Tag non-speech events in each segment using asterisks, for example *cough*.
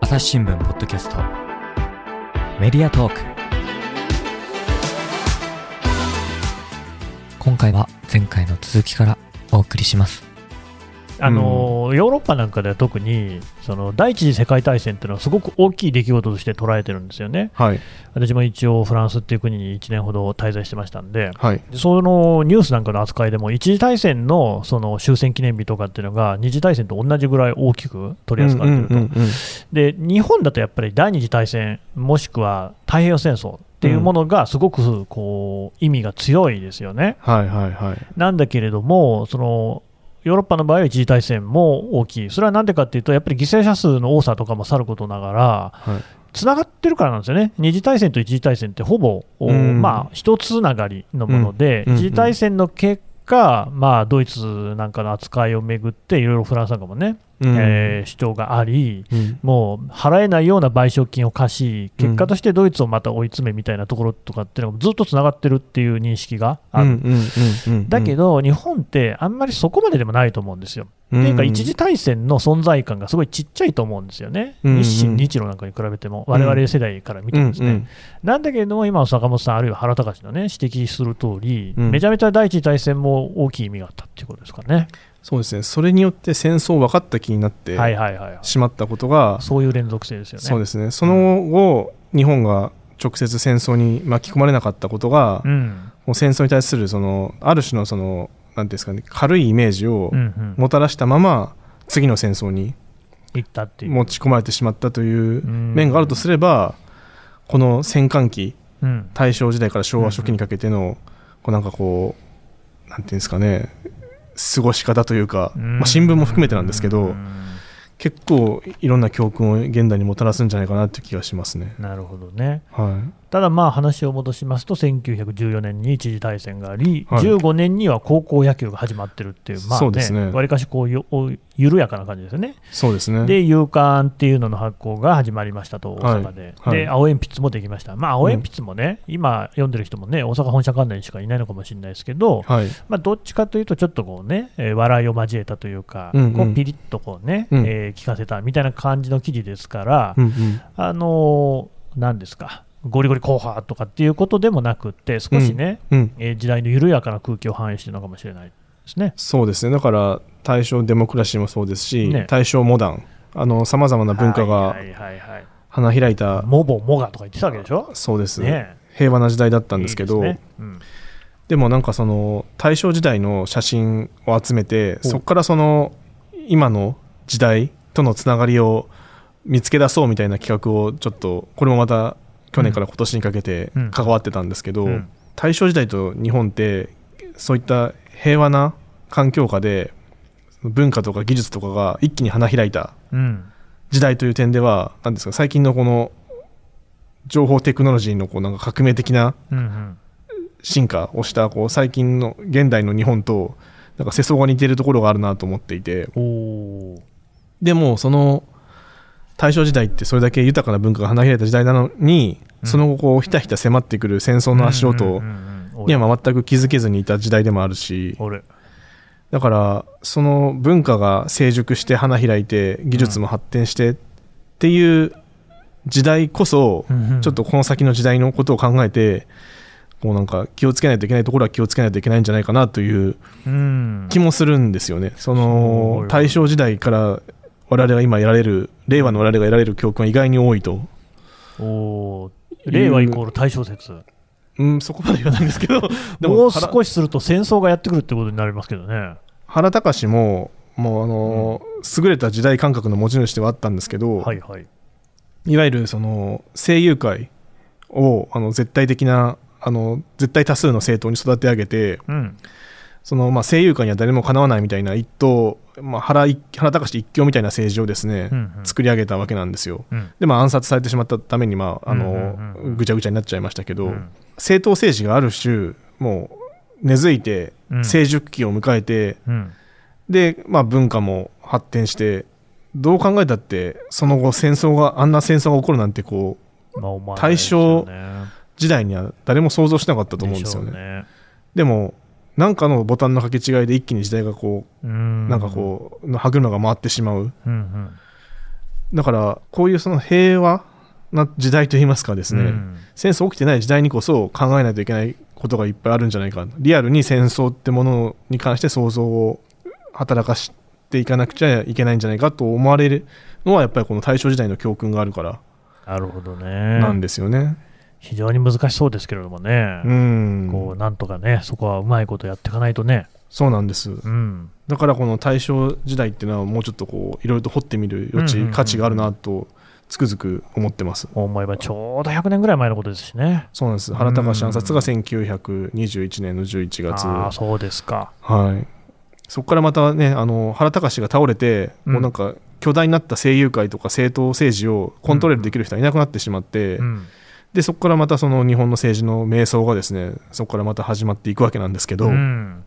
朝日新聞ポッドキャストメディアトーク今回は前回の続きからお送りしますあの、ヨーロッパなんかでは特にその第一次世界大戦っていうのはすごく大きい出来事として捉えてるんですよねはい。私も一応フランスっていう国に1年ほど滞在してましたんではい。でそのニュースなんかの扱いでも一次大戦のその終戦記念日とかっていうのが二次大戦と同じぐらい大きく取り扱われてると、うんうんうんうんで日本だとやっぱり第二次大戦もしくは太平洋戦争っていうものがすごくこう意味が強いですよね。はいはいはい。なんだけれどもそのヨーロッパの場合は一次大戦も大きい、それはなんでかっていうと、やっぱり犠牲者数の多さとかもさることながら、はい。つながってるからなんですよね、二次大戦と一次大戦ってほぼ、おうんまあ、一つながりのもので、うんうん一次大戦の結果、まあ、ドイツなんかの扱いをめぐって、いろいろフランスなんかもね、うんえー主張があり、うんもう払えないような賠償金を貸し、結果としてドイツをまた追い詰めみたいなところとかっていうのがずっとつながってるっていう認識があうる。んうんうんうんだけ、ど、日本ってあんまりそこまででもないと思うんですよ。てっていうか、一次大戦の存在感がすごいちっちゃいと思うんですよね、うんうん日清、日露なんかに比べても、我々世代から見てもですね。うんうんなんだけれども、今の坂本さん、あるいは原隆のね、指摘する通り、うんめちゃめちゃ第一次大戦も大きい意味があったっていうことですかね。そうですね。それによって戦争を分かった気になってはいはいはいはい。しまったことが、そういう連続性ですよね。そうですね。その後、日本が直接戦争に巻き込まれなかったことが、うんもう戦争に対する、その、ある種の、その、なんていうんですかね、軽いイメージをうんうん、もたらしたまま、次の戦争に行ったっていう。持ち込まれてしまったといううん面があるとすれば、この戦艦機、うん大正時代から昭和初期にかけての、こうなんかこう、なんていうんですかね、過ごし方というか、うんまあ、新聞も含めてなんですけうど、ん結構いろんな教訓を現代にもたらすんじゃないかなって気がしますね。なるほどね。はただまあ話を戻しますと、1914年に一次大戦があり、はい15年には高校野球が始まってるっていう、まあそうですねね、わりかしこうよ緩やかな感じですよね。い、そうですね。で、夕刊っていうのの発行が始まりましたと、大阪で。はいはいで、青鉛筆もできました。まあ、青鉛筆もね、今読んでる人もね、大阪本社関連しかいないのかもしれないですけど、はい、まあ、どっちかというと、ちょっとこうね、えー笑いを交えたというか、うんうんこうピリッとこうね、うんえー聞かせたみたいな感じの記事ですから、うんうんあのーなんですか、ゴリゴリ硬派とかっていうことでもなくって、少しね、うん、えー時代の緩やかな空気を反映してるのかもしれないですね。そうですね。だから、大正デモクラシーもそうですし、ね大正モダン、あの、さまざまな文化がはいはいはいはい花開いた、モボ、モガとか言ってたわけでしょ。そうです、ね平和な時代だったなんですけど、ねうん、でもなんかその大正時代の写真を集めほてうそこからその今の時代とのつながりを見つけ出そうみたいな企画をちょっとこれもまた去年から今年にかけてうん関わってたんですけど、うん大正時代と日本ってそういった平和な環境下で文化とか技術とかが一気に花開いたうん時代という点では何ですか最近のこの情報テクノロジーのこうなんか革命的なうんうん進化をしたこう最近の現代の日本となんか世相が似てるところがあるなと思っていておーでもその大正時代ってそれだけ豊かな文化が花開いた時代なのに、うんその後こうひたひた迫ってくる戦争の足う音んうんうんには全く気づけずにいた時代でもあるし俺俺だからその文化が成熟して花開いて技術も発展してっていう時代こそうんうん *laughs* ちょっとこの先の時代のことを考えてこうなんか気をつけないといけないところは気をつけないといけないんじゃないかなといううん気もするんですよね。そすごいのわ大正時代から我々が今得られる令和の我々が得られる教訓は意外に多いと、おー令和イコール大正説うん、そこまで言わないんですけ *laughs* どでもうも原少しすると戦争がやってくるってことになりますけどね原隆ももうあの、優れた時代感覚の持ち主ではあったんですけど、はいはいいわゆるその声優界をあの絶対的なあの絶対多数の政党に育て上げてうんその、まあ、声優界には誰もかなわないみたいな一党、まあ、原一原隆一強みたいな政治をですね、うんうん作り上げたわけなんですよ。うんでまあ暗殺されてしまったために、まああのうんうんうんぐちゃぐちゃになっちゃいましたけど、うん政党政治がある種もう根付いてうん成熟期を迎えて、うんで、まあ、文化も発展してどう考えたってその後戦争があんな戦争が起こるなんてこうまあお前対象時代には誰も想像しなかったと思うんですよね。でもなんかのボタンの掛け違いで一気に時代がこう、ななんかこう歯車が回ってしまううんうんだからこういうその平和な時代といいますかですね、うん戦争起きてない時代にこそ考えないといけないことがいっぱいあるんじゃないかリアルに戦争ってものに関して想像を働かしていかなくちゃいけないんじゃないかと思われるのはやっぱりこの大正時代の教訓があるからなるほどなんね。ですよね。非常に難しそうですけれどもね。うん、こうなんとかね、そこはうまいことやっていかないとね。そうなんですうん。だからこの大正時代っていうのはもうちょっとこういろいろと掘ってみる余う地、んうんうん価値があるなとつくづく思ってます。思えばちょうど100年ぐらい前のことですしね。そうなんです原隆暗殺が1921年の11月、ああ、そうですか。はい、そこからまたねあの原隆が倒れて、うんもうなんか巨大になった声優界とか政党政治をコントロールできる人はいなくなってしまって、うん。でそこからまたその日本の政治の迷走がですねそこからまた始まっていくわけなんですけど、うん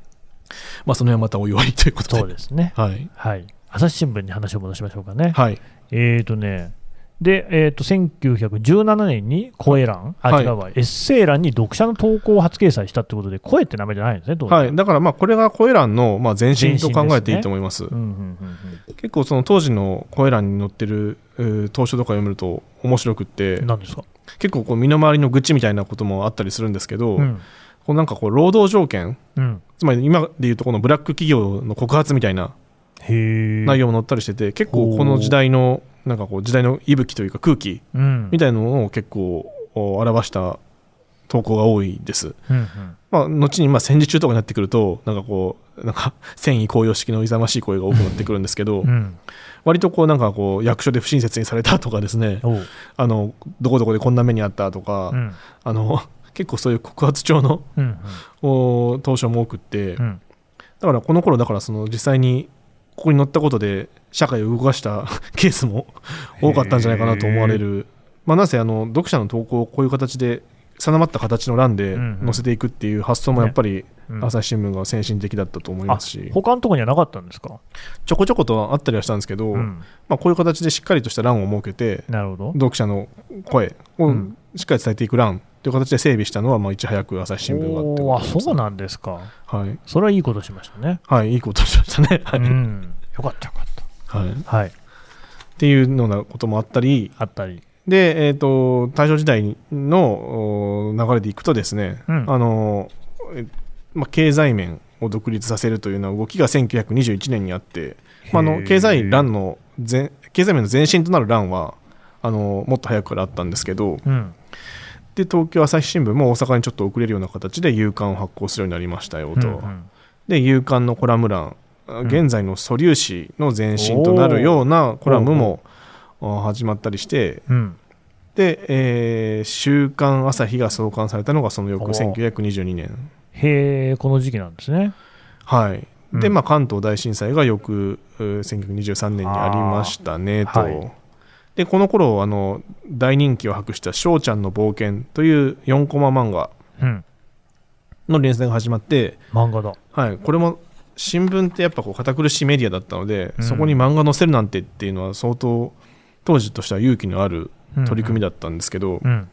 まあ、その辺はまたおいおいということでそうですね。はいはい。朝日新聞に話を戻しましょうかね。はい、えーとね、で、えー、と1917年に声欄、あ、はい違うわ、エッセイ欄に読者の投稿を初掲載したってことで、声って名前じゃないんですね、当然はい、だからまあこれがコエランのまあ前身と考えていいと思いますうんうんうん結構その当時のコエランに載ってるうー当初とか読むと面白くってうん、なんですか、結構こう身の回りの愚痴みたいなこともあったりするんですけど、うんこうなんかこう労働条件うん、つまり今でいうとこのブラック企業の告発みたいなへえ、内容も載ったりしてて結構この時代のなんかこう時代の息吹というか空気うん、みたいのを結構お表した投稿が多いです。うんうんまあ、後にまあ戦時中とかになってくるとなんかこうなんか *laughs* 戦意高揚式の勇ましい声が多くなってくるんですけうどん、割とこうなんかこう役所で不親切にされたとかですねおうあのどこどこでこんな目にあったとうかんあの *laughs* 結構そういう告発調のうんお投書も多くってうんだからこの頃だからその実際にここに乗ったことで社会を動かした *laughs* ケースも多かったんじゃないかなと思われる、まあ、なぜあの読者の投稿をこういう形で定まった形の欄でうんうん載せていくっていう発想もやっぱりうん朝日新聞が先進的だったと思いますし、他のとこにはなかったんですか、ちょこちょことあったりはしたんですけど、うん、まあ、こういう形でしっかりとした欄を設けてなるほど。読者の声うをんしっかり伝えていく欄という形で整備したのはまあいち早く朝日新聞があっておーあそうなんですか、はい、それはいいことしましたね。はい、いいことをしましたね。はいうん、よかった、よかっはいた。はい、っていうようなこともあったり、あったり、で、えー、と大正時代のお流れでいくとですね、うんあのえまあ、経済面を独立させるというような動きが1921年にあって、まあ、あへのー経済欄の前経済面の前身となる欄はあのもっと早くからあったんですけどうん、で東京朝日新聞も大阪にちょっと遅れるような形で夕刊を発行するようになりましたよと、うんうんで夕刊のコラム欄あん現在の素粒子の前身となるようなコラムもあ始まったりしてうんで、えー週刊朝日が創刊されたのがその翌おー1922年、へえ、この時期なんですね。はいでうんまあ、関東大震災が翌う1923年にありましたねと、あーはいでこの頃あの大人気を博した「翔ちゃんの冒険」という4コマ漫画うん、の連載が始まって、漫画だ。はい、これも新聞ってやっぱこう堅苦しいメディアだったので、うんそこに漫画載せるなんてっていうのは相当当時としては勇気のある取り組みだ。だったんですけど、うん、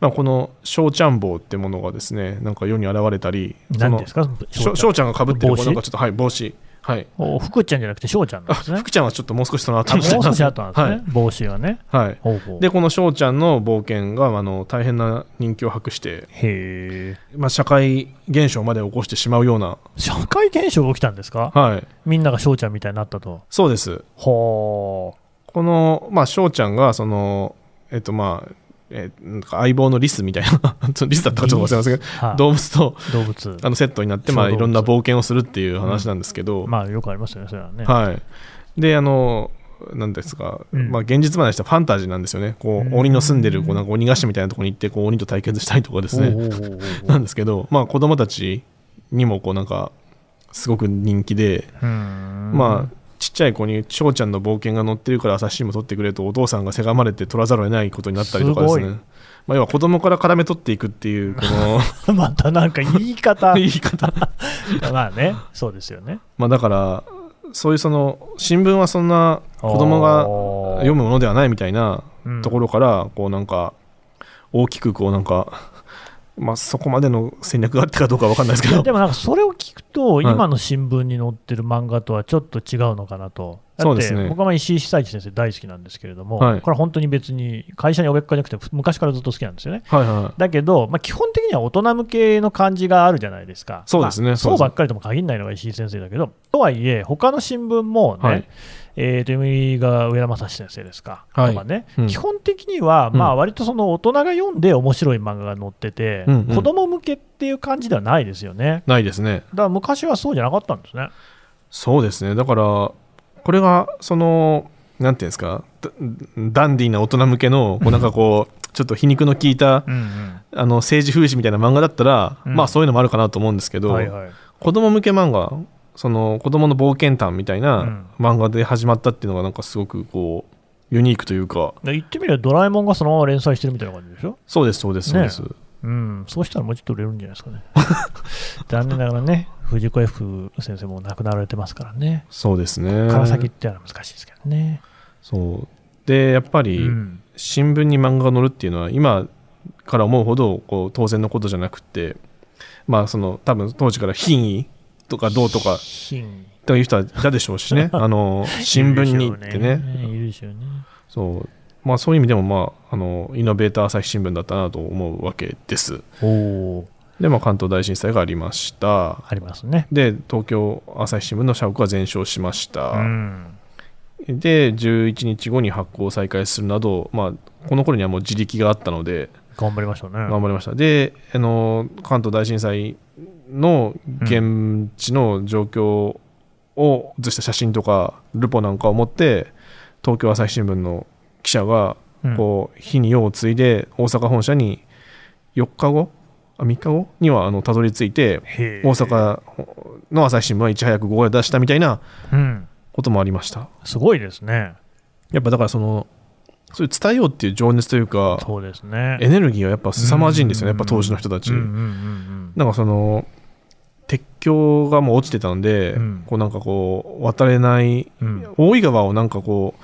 まあ、この「翔ちゃん帽」ってものがですねなんか世に現れたりそ何のですかしょ翔ちゃんがかぶってる帽子こうなんかちょっとはい帽子はいお福ちゃんじゃなくて翔ちゃんなあんですね。福ちゃんはちょっともう少しその後あもうにして少し後なんですね、帽子がね。はい、はい、ほうほうでこの翔ちゃんの冒険があの大変な人気を博して、へえ。まあ、社会現象まで起こしてしまうような社会現象が起きたんですかはいみんなが翔ちゃんみたいになったと。そうですほこの、まあ、翔ちゃんが、その、えっと、まあ、えなんか相棒のリスみたいな、 *laughs* ちょリスだったかちょっと忘れませんけう。ど、はい動物と動物。あのセットになって、まあ、小動い物ろんな冒険をするっていう話なんですけど、まあよくありますよね、それはね。はい。で、あの、なんですか、うんまあ、現実離れしたファンタジーなんですよね。こうんう、鬼の住んでる、こう、なんか鬼ヶ島みたいなところに行って、こう、鬼と対決したりとかですね、おうおうおうおなうんですけど、まあ、子供たちにも、こう、なんか、すごく人気で、うーんまあちっちゃい子に翔ちゃんの冒険が載ってるから朝日新聞撮ってくれとお父さんがせがまれて撮らざるを得ないことになったりとかですねすごいまあ、要は子供から絡め取っていくっていうこ *laughs* のまたなんか言い方。 *laughs* 言い方 *laughs* まあね、そうですよね。まあだからそういうその新聞はそんな子供がが読むものではないみたいなむところからこうなんか大きくこうなんかまあ、そこまでの戦略があったかどうかわかんないですけいやどでもなんかそれを聞くと、い今の新聞に載ってる漫画とはちょっと違うのかなと、だそっうでてすね僕はまあ石井久一先生大好きなんですけれども、はいこれは本当に別に会社におべっかじゃなくて、昔からずっと好きなんですよね。はいはだけど、まあ、基本的には大人向けの感じがあるじゃないですか、そうですねまあそそうでうすばっかりとも限らないのが石井先生だけど、とはいえ、他の新聞もね、はいえーと、読売が上田正史先生ですか、はいとかね、うん基本的には、まあうん割とその大人が読んで面白い漫画が載ってて、うんうん子供向けっていう感じではないですよね。いないですねだから昔はそうじゃなかったんですね。そうですねだからこれがそのなんていうんですかダダンディーな大人向けのこうなんかこうちょっと皮肉の効いたあの政治風刺みたいな漫画だったら、うんまあそういうのもあるかなと思うんですけど、はいはい、子供向け漫画その子供の冒険譚みたいな漫画で始まったっていうのがなんかすごくこうユニークというかで言ってみればドラえもんがそのまま連載してるみたいな感じでしょ、そうですそうですそうです、うん、そうしたらもうちょっと売れるんじゃないです *laughs* かね。残念ながらね、藤子 F 先生も亡くなられてますからね、そうですねから先っていうのは難しいですけどね。そうでやっぱうりん新聞に漫画が載るっていうのは今から思うほどこう当然のことじゃなくってまあその多分当時から品位とかどうとか品という人はいたでしょうし *laughs* ねあの新聞にってねいるでしょうね。そうまあそういう意味でもまああのイノベーター朝日新聞だったなと思うわけですおおー、で、まあ、関東大震災がありましたありますね。で東京朝日新聞の社屋は全焼しました、うん、で11日後に発行を再開するなど、まあ、この頃にはもう自力があったので頑張りましたね。頑張りました、であの関東大震災の現地の状況を写した写真とか、ルポなんかを持って東京朝日新聞の記者がうんこう火に用を継いで大阪本社に4日後あ3日後にはあのたどり着いてへー大阪の朝日新聞はいち早く号を出したみたいなうん、こともありましたすごいですね。やっぱだからそのそういう伝えようっていう情熱というかそうですね。エネルギーはやっぱ凄まじいんですよねやっぱ当時の人たち、うんうんうんなんかその鉄橋がもう落ちてたんで、うんこうなんかこう渡れないうんうん大井川をなんかこ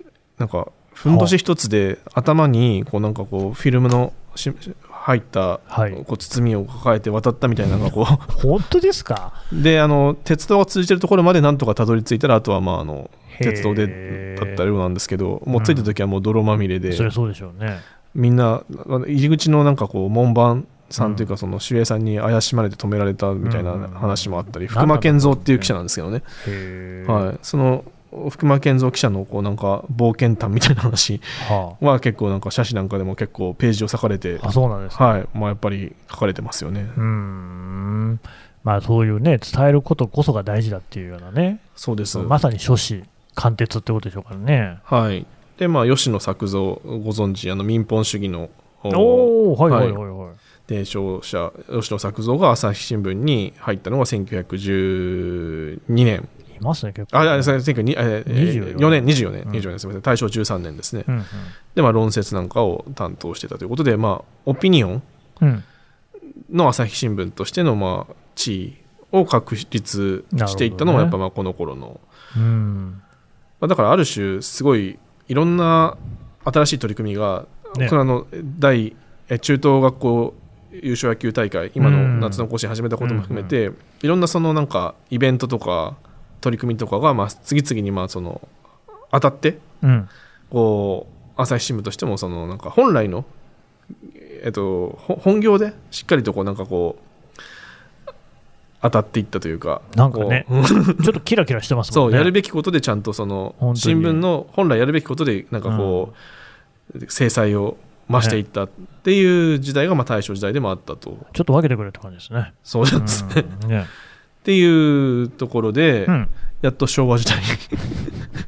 うなんかふんどし一つで頭にこうなんかこうフィルムのし入ったはい、こう包みを抱えて渡ったみたいななんかこ *laughs* 本当ですかうであの鉄道が通じてるところまでなんとかたどり着いたらあとはまああのへー鉄道でだったようなんですけどもう着いた時はもう泥まみれで、そりゃそうでしょうね。みんなあの入り口のなんかこう門番さんというかその守衛さんに怪しまれて止められたみたいな話もあったり、うん福間健三っていう記者なんですけどね、へーはい、その福間健三記者のこうなんか冒険談みたいな話はは結構なんか写真なんかでも結構ページを裂かれて、あ、あそうなんです、ねはいまあ、やっぱり書かれてますよね。うーんまあそういうね伝えることこそが大事だっていうようなねそうです、まさに書士貫徹ってことでしょうからねはい、でまあ吉野作造ご存知あの民本主義のおおはいはいはいはいはい、伝承者吉野作造が朝日新聞に入ったのが1912年い、ますね結構あ、あ、そう19に、え24 4年、24年、うん24年すみません、大正13年ですね。うんうんで、まあ、論説なんかを担当してたということで、まあ、オピニオンうんの朝日新聞としての、まあ、地位を確立していったのなは、やるっほぱ、まあ、この頃の、うんまあ、だから、ある種、すごい、いろんな新しい取り組みが、ねこれあの、第、え中等学校優勝野球大会、今うのん夏の甲子園始めたことも含めて、いろんな、その、なんか、イベントとか、取り組みとかが、まあ、次々に、まあ、その、当たって、うんこう朝日新聞としてもそのなんか本来の、えっと、ほ本業でしっかりとこうなんかこう当たっていったというかなんかねこうちょっとキラキラしてますそもんうねやるべきことでちゃんとその本当に新聞の本来やるべきことでなんかこう、制裁を増していったっていう時代がまあ大正時代でもあったとちょっと分けてくれって感じですねそうですね、っうんねていうところで、うんやっと昭和時代 *laughs*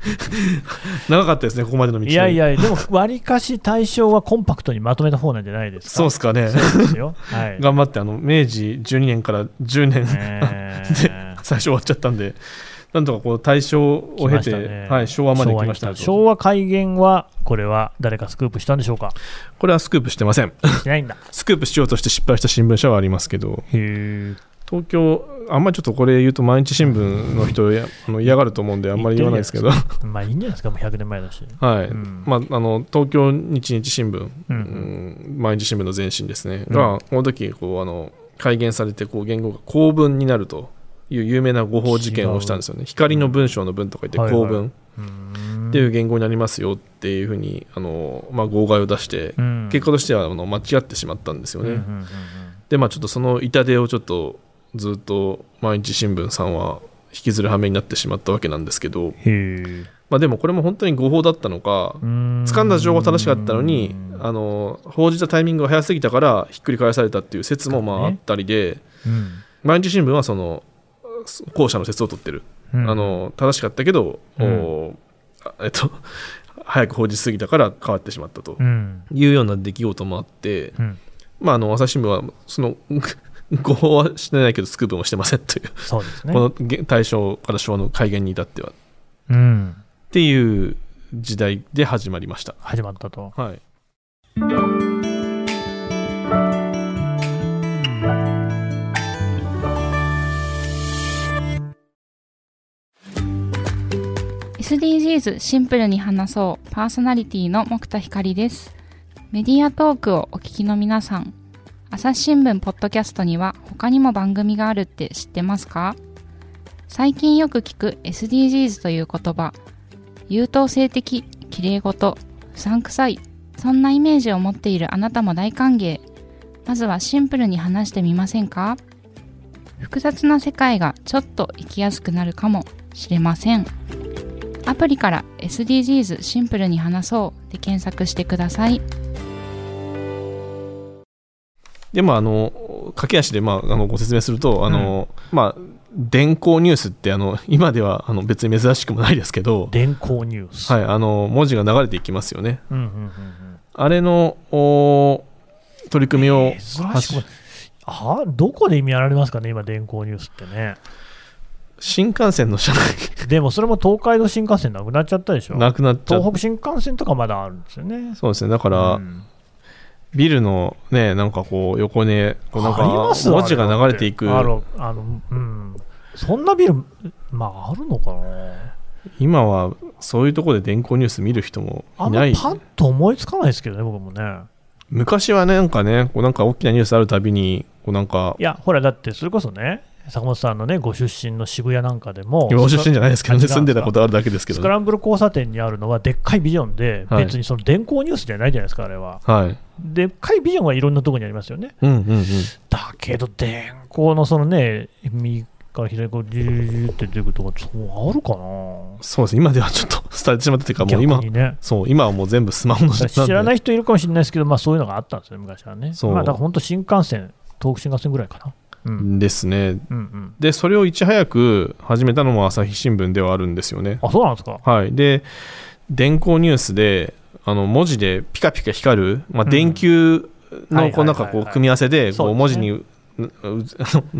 長かったですねここまでの道のりいやいやでもわりかし対象はコンパクトにまとめた方なんじゃないですかそうですかねそうですよはい *laughs* 頑張ってあの明治12年から10ね年、えで *laughs* 最初終わっちゃったんでなんとかこう大正を経、来ましてたねはい、昭和まで来ましたね昭和改元はこれは誰かスクープしたんでしょうかこれはスクープしてません *laughs* しないんだスクープしようとして失敗した新聞社はありますけどへえ東京あんまりちょっとこれ言うと毎日新聞の人やあの嫌がると思うんであんまり言わないですけどはまあいいんじゃないですか、もう100年前だし。 *laughs* い、うんまああの東京日日新聞、ううんん、毎日新聞の前身ですね、うんがこの時こうあの改元されてこう言語が公文になるという有名な誤報事件をしたんですよね光の文章の文とか言ってはいはい公文うんっていう言語になりますよっていうふうにあの、まあ、号外を出してうん結果としてはあの間違ってしまったんですよね、うんうんうんうんでまあちょっとその痛手をちょっとずっと毎日新聞さんは引きずる羽目になってしまったわけなんですけど、へまあ、でもこれも本当に誤報だったのかえ。掴んだ情報が正しかったのにうんあの報じたタイミングが早すぎたからひっくり返されたっていう説もまああったりでうん毎日新聞はその後者の説を取ってる、うんあの正しかったけど、うんおあえっと *laughs* 早く報じすぎたから変わってしまったとうんいうような出来事もあって、うんまあ、あの朝日新聞はその *laughs* 誤報はしてないけどスクープもしてませんという、そうですね。このげ大正から昭和の改元に至ってはっうんていう時代で始まりました。始まったと。はい、 SDGs シンプルに話そうパーソナリティの木田光ですメディアトークをお聞きの皆さん朝日新聞ポッドキャストには他にも番組があるって知ってますか最近よく聞く SDGs という言葉優等生的綺麗事不散臭いそんなイメージを持っているあなたも大歓迎まずはシンプルに話してみませんか複雑な世界がちょっと生きやすくなるかもしれませんアプリから SDGs シンプルに話そうで検索してください。でまああの駆け足で、まあ、あのご説明するとあの、まあ、電光ニュースってあの今ではあの別に珍しくもないですけど、電光ニュース。はい、あの文字が流れていきますよね。うんうんうんうんあれのお取り組みを珍しくあどこで意味あられますかね、今、電光ニュースってね。新幹線の車内でもそれも東海道新幹線なくなっちゃったでしょ。なくなっちゃう東北新幹線とかまだあるんですよね。そうですねだから、うんビルのね、なんかこう、横ね、こうなんかあります文字が流れていく、あのあのうん、そんなビル、まあ、あるのかな。今はそういうところで電光ニュース見る人もあいんなまい。パッと思いつかないですけどね、僕もね。昔はね、なんかね、こうなんか大きなニュースあるたびに、こうなんかい、や、ほら、だってそれこそね、坂本さんのね、ご出身の渋谷なんかでも、ご出身じゃないですけどね、あ違う住んでたことあるだけですけスどクね、ランブル交差点にあるのは、でっかいビジョンで、はい別にその電光ニュースじゃないじゃないですか、あれは。はい。でっかいビジョンはいろんなところにありますよね。うんうんうん。だけど、電光のそのね、右から左からジュージューって出てくるとこ、そうあるかな。そうですね、今ではちょっと伝えてしまっててか、もう今逆、にね。そう、今はもう全部スマホの。だから知らないい人いるかもしれないですけど、まあ、そういうのがあったんですね、昔はね。そうまあ、だから本当、新幹線、東北新幹線ぐらいかな。うん、ですね。うん、うん。で、それをいち早く始めたのも朝日新聞ではあるんですよね。あ、そうなんですか。はい、で電光ニュースであの文字でピカピカ光る、まあ、うん電球はいはいはいはのいこうなんかこう組み合わせでそうこでうすね文字にうう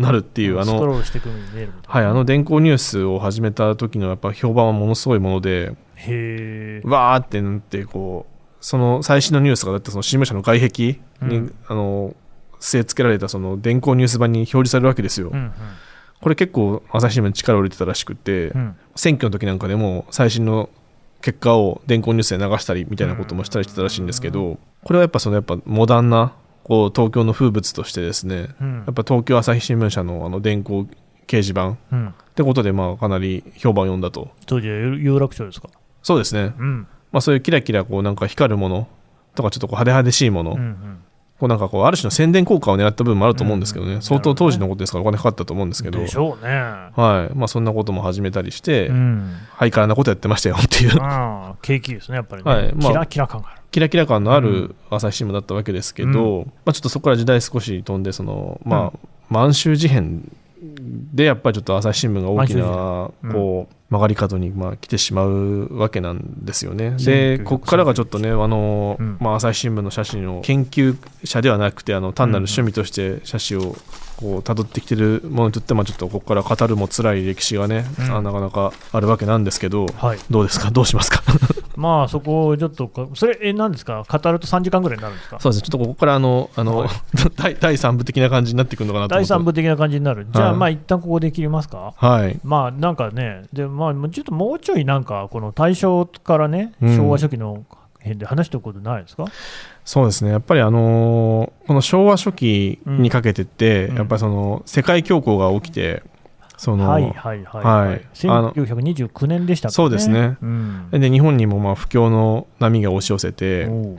なるっていうあストの、ロールしてくるように見えるみたいはな。い、あの電光ニュースを始めた時のやっぱ評判はものすごいものでへえ。わーってなってこうその最新のニュースがだってその新聞社の外壁に、うんあの据え付けられたその電光ニュース版に表示されるわけですよ、うんうんこれ結構朝日新聞に力を入れてたらしくて、うん選挙の時なんかでも最新の結果を電光ニュースで流したりみたいなこともしたりしてたらしいんですけどこれはやっぱそのやっぱモダンなこう東京の風物としてですねうんやっぱ東京朝日新聞社のあの電光掲示板っうんてことでまあかなり評判を呼んだと当時は有楽町ですか。そうですね、うんまあ、そういうキラキラこうなんか光るものとかちょっとこう派手派手しいもの、うんうこんうなんかこうある種の宣伝効果を狙った部分もあると思うんですけどね、うん相当当時のことですからお金かかったと思うんですけどでしょうね。はいまあ、そんなことも始めたりして、うん。ハイカラなことやってましたよっていうああ、景気ですね、やっぱりはいね。まあキラキラ感がある。キラキラ感のあうる朝日新聞だったわけですけど、まあ、ちょっとそこから時代少し飛んでその、まあ満州事変でやっぱりちょっと朝日新聞が大きな満州事変うんこう曲がり角にまあ来てしまうわけなんですよね。で1939ここからがちょっとねあの、うんまあ、朝日新聞の写真を研究者ではなくてあの単なる趣味として写真をこう辿ってきてるものにとってまあちょっとここから語るも辛い歴史がね、うんあなかなかあるわけなんですけどはい。どうですかどうしますかまあそこをちょっとか、それ、え、なんですか、語ると3時間ぐらいになるんですか、そうですね、ちょっとここからあのあの、 *laughs* 第第3部的な感じになってくるのかなと第思って3部的な感じになる、じゃあ、はいまあ一旦ここで切りますか、はい、まあなんかね、でまあ、ちょっともうちょいなんか、この大正からね、うん昭和初期の辺で話しておくことないですか、そうですね、やっぱりあのーこの昭和初期にかけてって、うんやっぱりその世界恐慌が起きて、その、はいはいはい、はいはいあの1929年でしたからね、そうですねうん、で日本にもまあ不況の波が押し寄せて、おう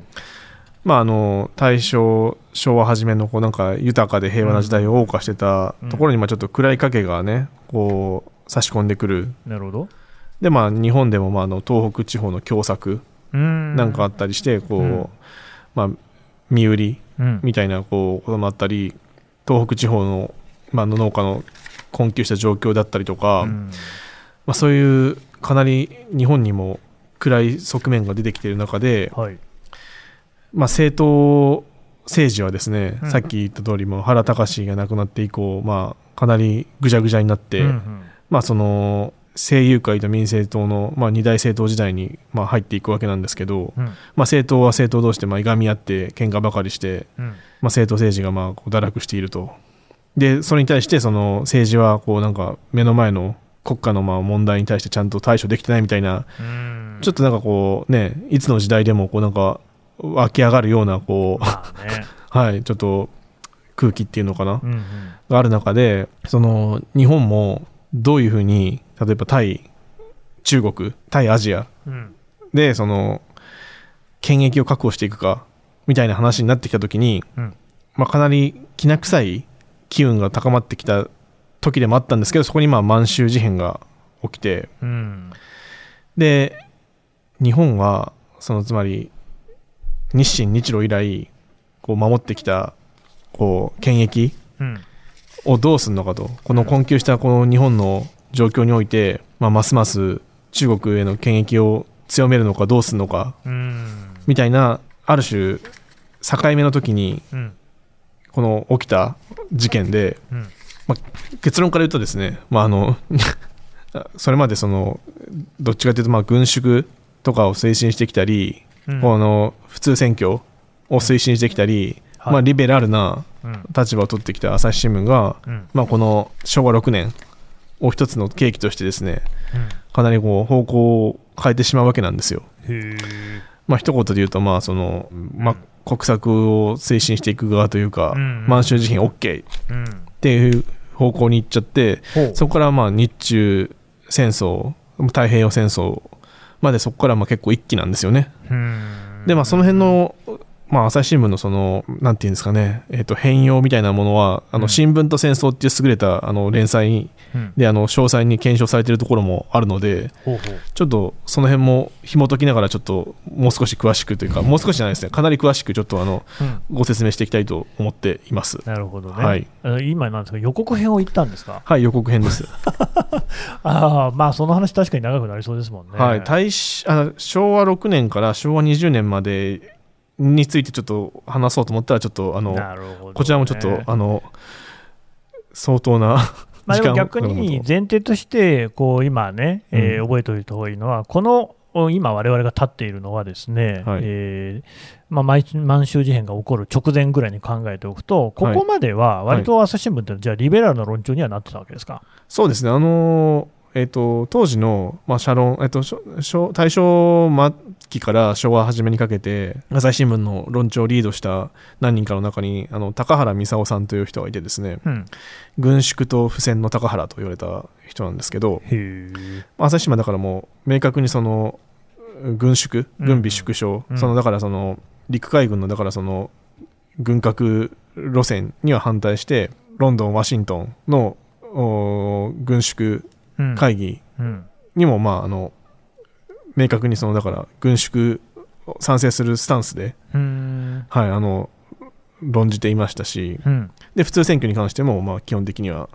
まあ、あの大正昭和初めのこうなんか豊かで平和な時代を謳歌してたところにまあちょっと暗い影がねこう差し込んでくるなるほど、でまあ日本でもまああの東北地方の凶作うんなんかあったりしてこう、うんまあ、身売りうんみたいなこうこともあったり東北地方の,、まあ、農家の困窮した状況だったりとか、うんまあ、そういうかなり日本にも暗い側面が出てきている中で、はい、まあ、政党政治はですね、うんさっき言った通りもう原敬が亡くなって以降、まあ、かなりぐちゃぐちゃになって、うんうんまあ、その政友会と民政党の、まあ、二大政党時代に、まあ、入っていくわけなんですけど、うんまあ、政党は政党同士でまあいがみ合って喧嘩ばかりして、うんまあ、政党政治がまあこう堕落しているとでそれに対してその政治はこうなんか目の前の国家のまあ問題に対してちゃんと対処できてないみたいなうんちょっとなんかこうねいつの時代でもこうなんか湧き上がるようなこう、 *laughs* まあね、はい、ちょっと空気っていうのかなうんうんがある中でその日本もどういうふうに例えば対中国対アジアうんでその権益を確保していくかみたいな話になってきた時に、うんまあ、かなりきな臭い機運が高まってきた時でもあったんですけどそこにまあ満州事変が起きてうんで日本はそのつまり日清日露以来こう守ってきたこう権益うんをどうするのかとこの困窮したこの日本の状況において、まあ、ますます中国への権益を強めるのかどうするのかうんみたいなある種境目の時にうんこの起きた事件でうん結論から言うとですね、まあ、あの *laughs* それまでそのどっちかというとまあ軍縮とかを推進してきたうり、んこの普通選挙を推進してきたり、はいまあ、リベラルなうん立場を取ってきた朝日新聞が、うんまあ、この昭和6年を一つの契機としてですねうんかなりこう方向を変えてしまうわけなんですよ。へえまあ一言で言うと、まあその、まあ、国策を推進していく側というか、うん満州事変 OK っうんていう方向に行っちゃって、ほうそこからまあ日中戦争、太平洋戦争までそこからまあ結構一気なんですよね。うんで、まあその辺の、まあ、朝日新聞のその、なんていうんですかね、えっと変容みたいなものは、あうんの新聞と戦争っていう優れたあの連載うんであの詳細に検証されているところもあるので、ほうほうちょっとその辺も紐解きながらちょっともう少し詳しくというかもう少しじゃないですねかなり詳しくちょっとあのうんご説明していきたいと思っていますなるほどね、はいあの今なんですか予告編を言ったんですかはい予告編です、ああまあその話確かに長くなりそうですもんねはい、大正あ昭和6年から昭和20年までについてちょっと話そうと思ったらちょっとあの、なるほどね、こちらもちょっと、あの相当な *laughs* まあ、でも時間逆に前提としてこう今ね、えーうん覚えておいた方がいいのはこのお今我々が立っているのはですね、はいえーまあ、毎満州事変が起こる直前ぐらいに考えておくとここまでは割と朝日新聞ってのはじゃあリベラルな論調にはなってたわけですか、そうですねあのえっと当時の、まあ、社論、えっと、しょしょ大正末期から昭和初めにかけて朝日新聞の論調をリードした何人かの中にあの高原美夫さんという人がいてですねうん、軍縮と不戦の高原と言われた人なんですけどへえまあ朝日新聞はだからもう明確にその軍縮うん軍備縮小、うんそのだからその陸海軍のだからその軍拡路線には反対してロンドンワシントンのおー軍縮うん会議うんにも、まあ、あの明確にそのだから軍縮を賛成するスタンスで、うんはい、あの論じていましたしうんで普通選挙に関しても、まあ、基本的には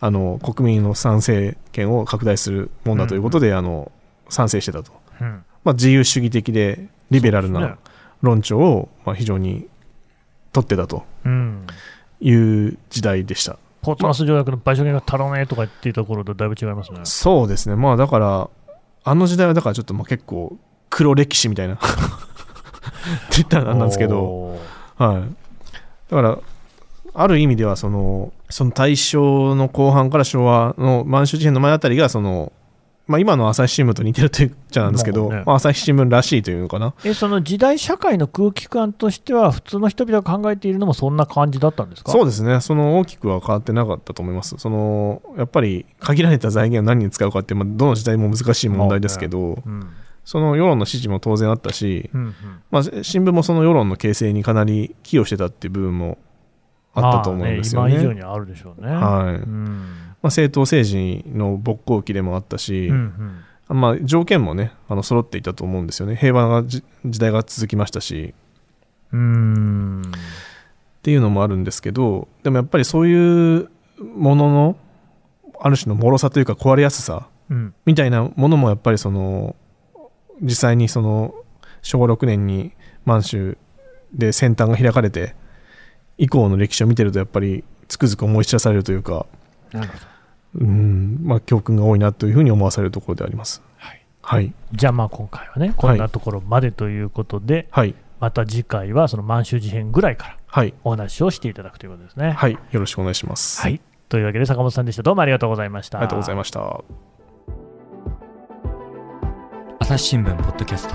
あの国民の賛成権を拡大するもんだということで、あの賛成してたと、うんまあ、自由主義的でリベラルそうでな論調を、まあ、非常に取ってたとうんいう時代でした。ポーツマス条約の賠償金が足らないとか言っていた頃とだいぶ違いますね。そうですね、まあだから、あの時代はだからちょっとまあ結構黒歴史み *laughs* たいなって言ったらなんなんですけど、おーはい、だからある意味ではそのその大正の後半から昭和の満州事変の前あたりがその、まあ、今の朝日新聞と似てるというじゃなんですけど、まあねまあ朝日新聞らしいというのかなえその時代社会の空気感としては、普通の人々が考えているのもそんな感じだったんですかそうですね、その大きくは変わってなかったと思います。そのやっぱり限られた財源を何に使うかって、まあ、どの時代も難しい問題ですけど、うんその世論の支持も当然あったし、うんうんまあ、新聞もその世論の形成にかなり寄与してたっていう部分もあったと思うんですよね。まあ今以上にあるでしょうね。はいうんまあ、政党政治の勃興期でもあったし、うんうんまあ、条件もね、あの揃っていたと思うんですよね。平和なじ時代が続きましたし、うーんっていうのもあるんですけどでもやっぱりそういうもののある種の脆さというか壊れやすさうんみたいなものもやっぱりその実際にその昭和6年に満州で戦端が開かれて以降の歴史を見てるとやっぱりつくづく思い知らされるというかなるほどうん、まあ、教訓が多いなというふうに思わされるところであります。はいはい、じゃあまあ今回はね、こんなところまでということで、はい、また次回はその満州事変ぐらいからはい、お話をしていただくということですね。はい、よろしくお願いします。はいというわけで坂本さんでした。どうもありがとうございましあた。りがとうございました。朝日新聞ポッドキャスト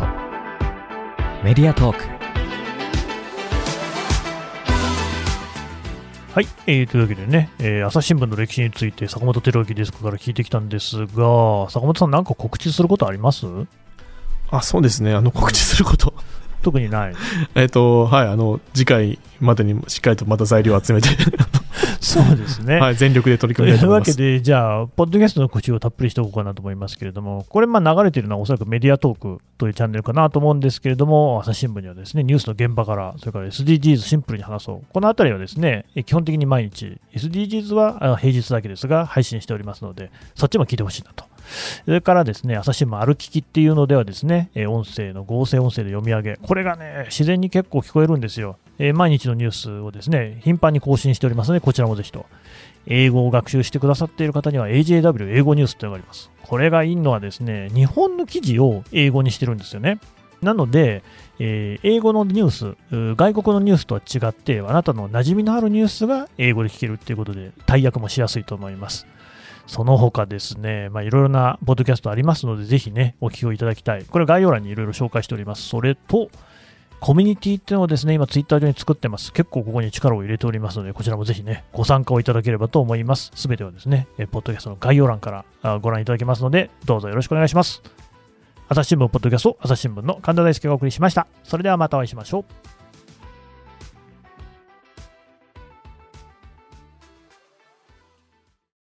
メディアトークはい、えーというわけでね、えー朝日新聞の歴史について坂本照之デスクから聞いてきたんですが、坂本さん、なんか告知することありますあ、そうですね。あの告知すること、 *laughs* 特にない。えっと、はい、あの、次回までにしっかりとまた材料を集めて、 *laughs* そうですね。はい、全力で取りと組みいたいとう思わい *laughs* まけす。で、じゃあ、ポッドキャストの告知をたっぷりしておこうかなと思いますけれども、これ、まあ流れているのはおそらくメディアトークというチャンネルかなと思うんですけれども、朝日新聞にはですね、ニュースの現場から、それから SDGs シンプルに話そう。このあたりはですね、え基本的に毎日、SDGs はあ平日だけですが、配信しておりますので、そっちも聞いてほしいなと。それからですね、朝日新聞歩ききっていうのではですね、えー音声の合成音声で読み上げ、これがね、自然に結構聞こえるんですよ。えー毎日のニュースをですね、頻繁に更新しておりますので、こちらもぜひと。英語を学習してくださっている方には AJW 英語ニュースっていうのがあります。これがいいのはですね、日本の記事を英語にしてるんですよね。なので、えー英語のニュースうー、外国のニュースとは違って、あなたの馴染みのあるニュースが英語で聞けるっていうことで、大役もしやすいと思います。その他ですね、まあ、いろいろなポッドキャストありますので、ぜひね、お聞きをいただきたい。これ概要欄にいろいろ紹介しております。それと、コミュニティっていうのをですね、今ツイッター上に作ってます。結構ここに力を入れておりますので、こちらもぜひね、ご参加をいただければと思います。すべてはですね、えーポッドキャストの概要欄からあご覧いただけますので、どうぞよろしくお願いします。朝日新聞ポッドキャスト、朝日新聞の神田大輔がお送りしました。それではまたお会いしましょう。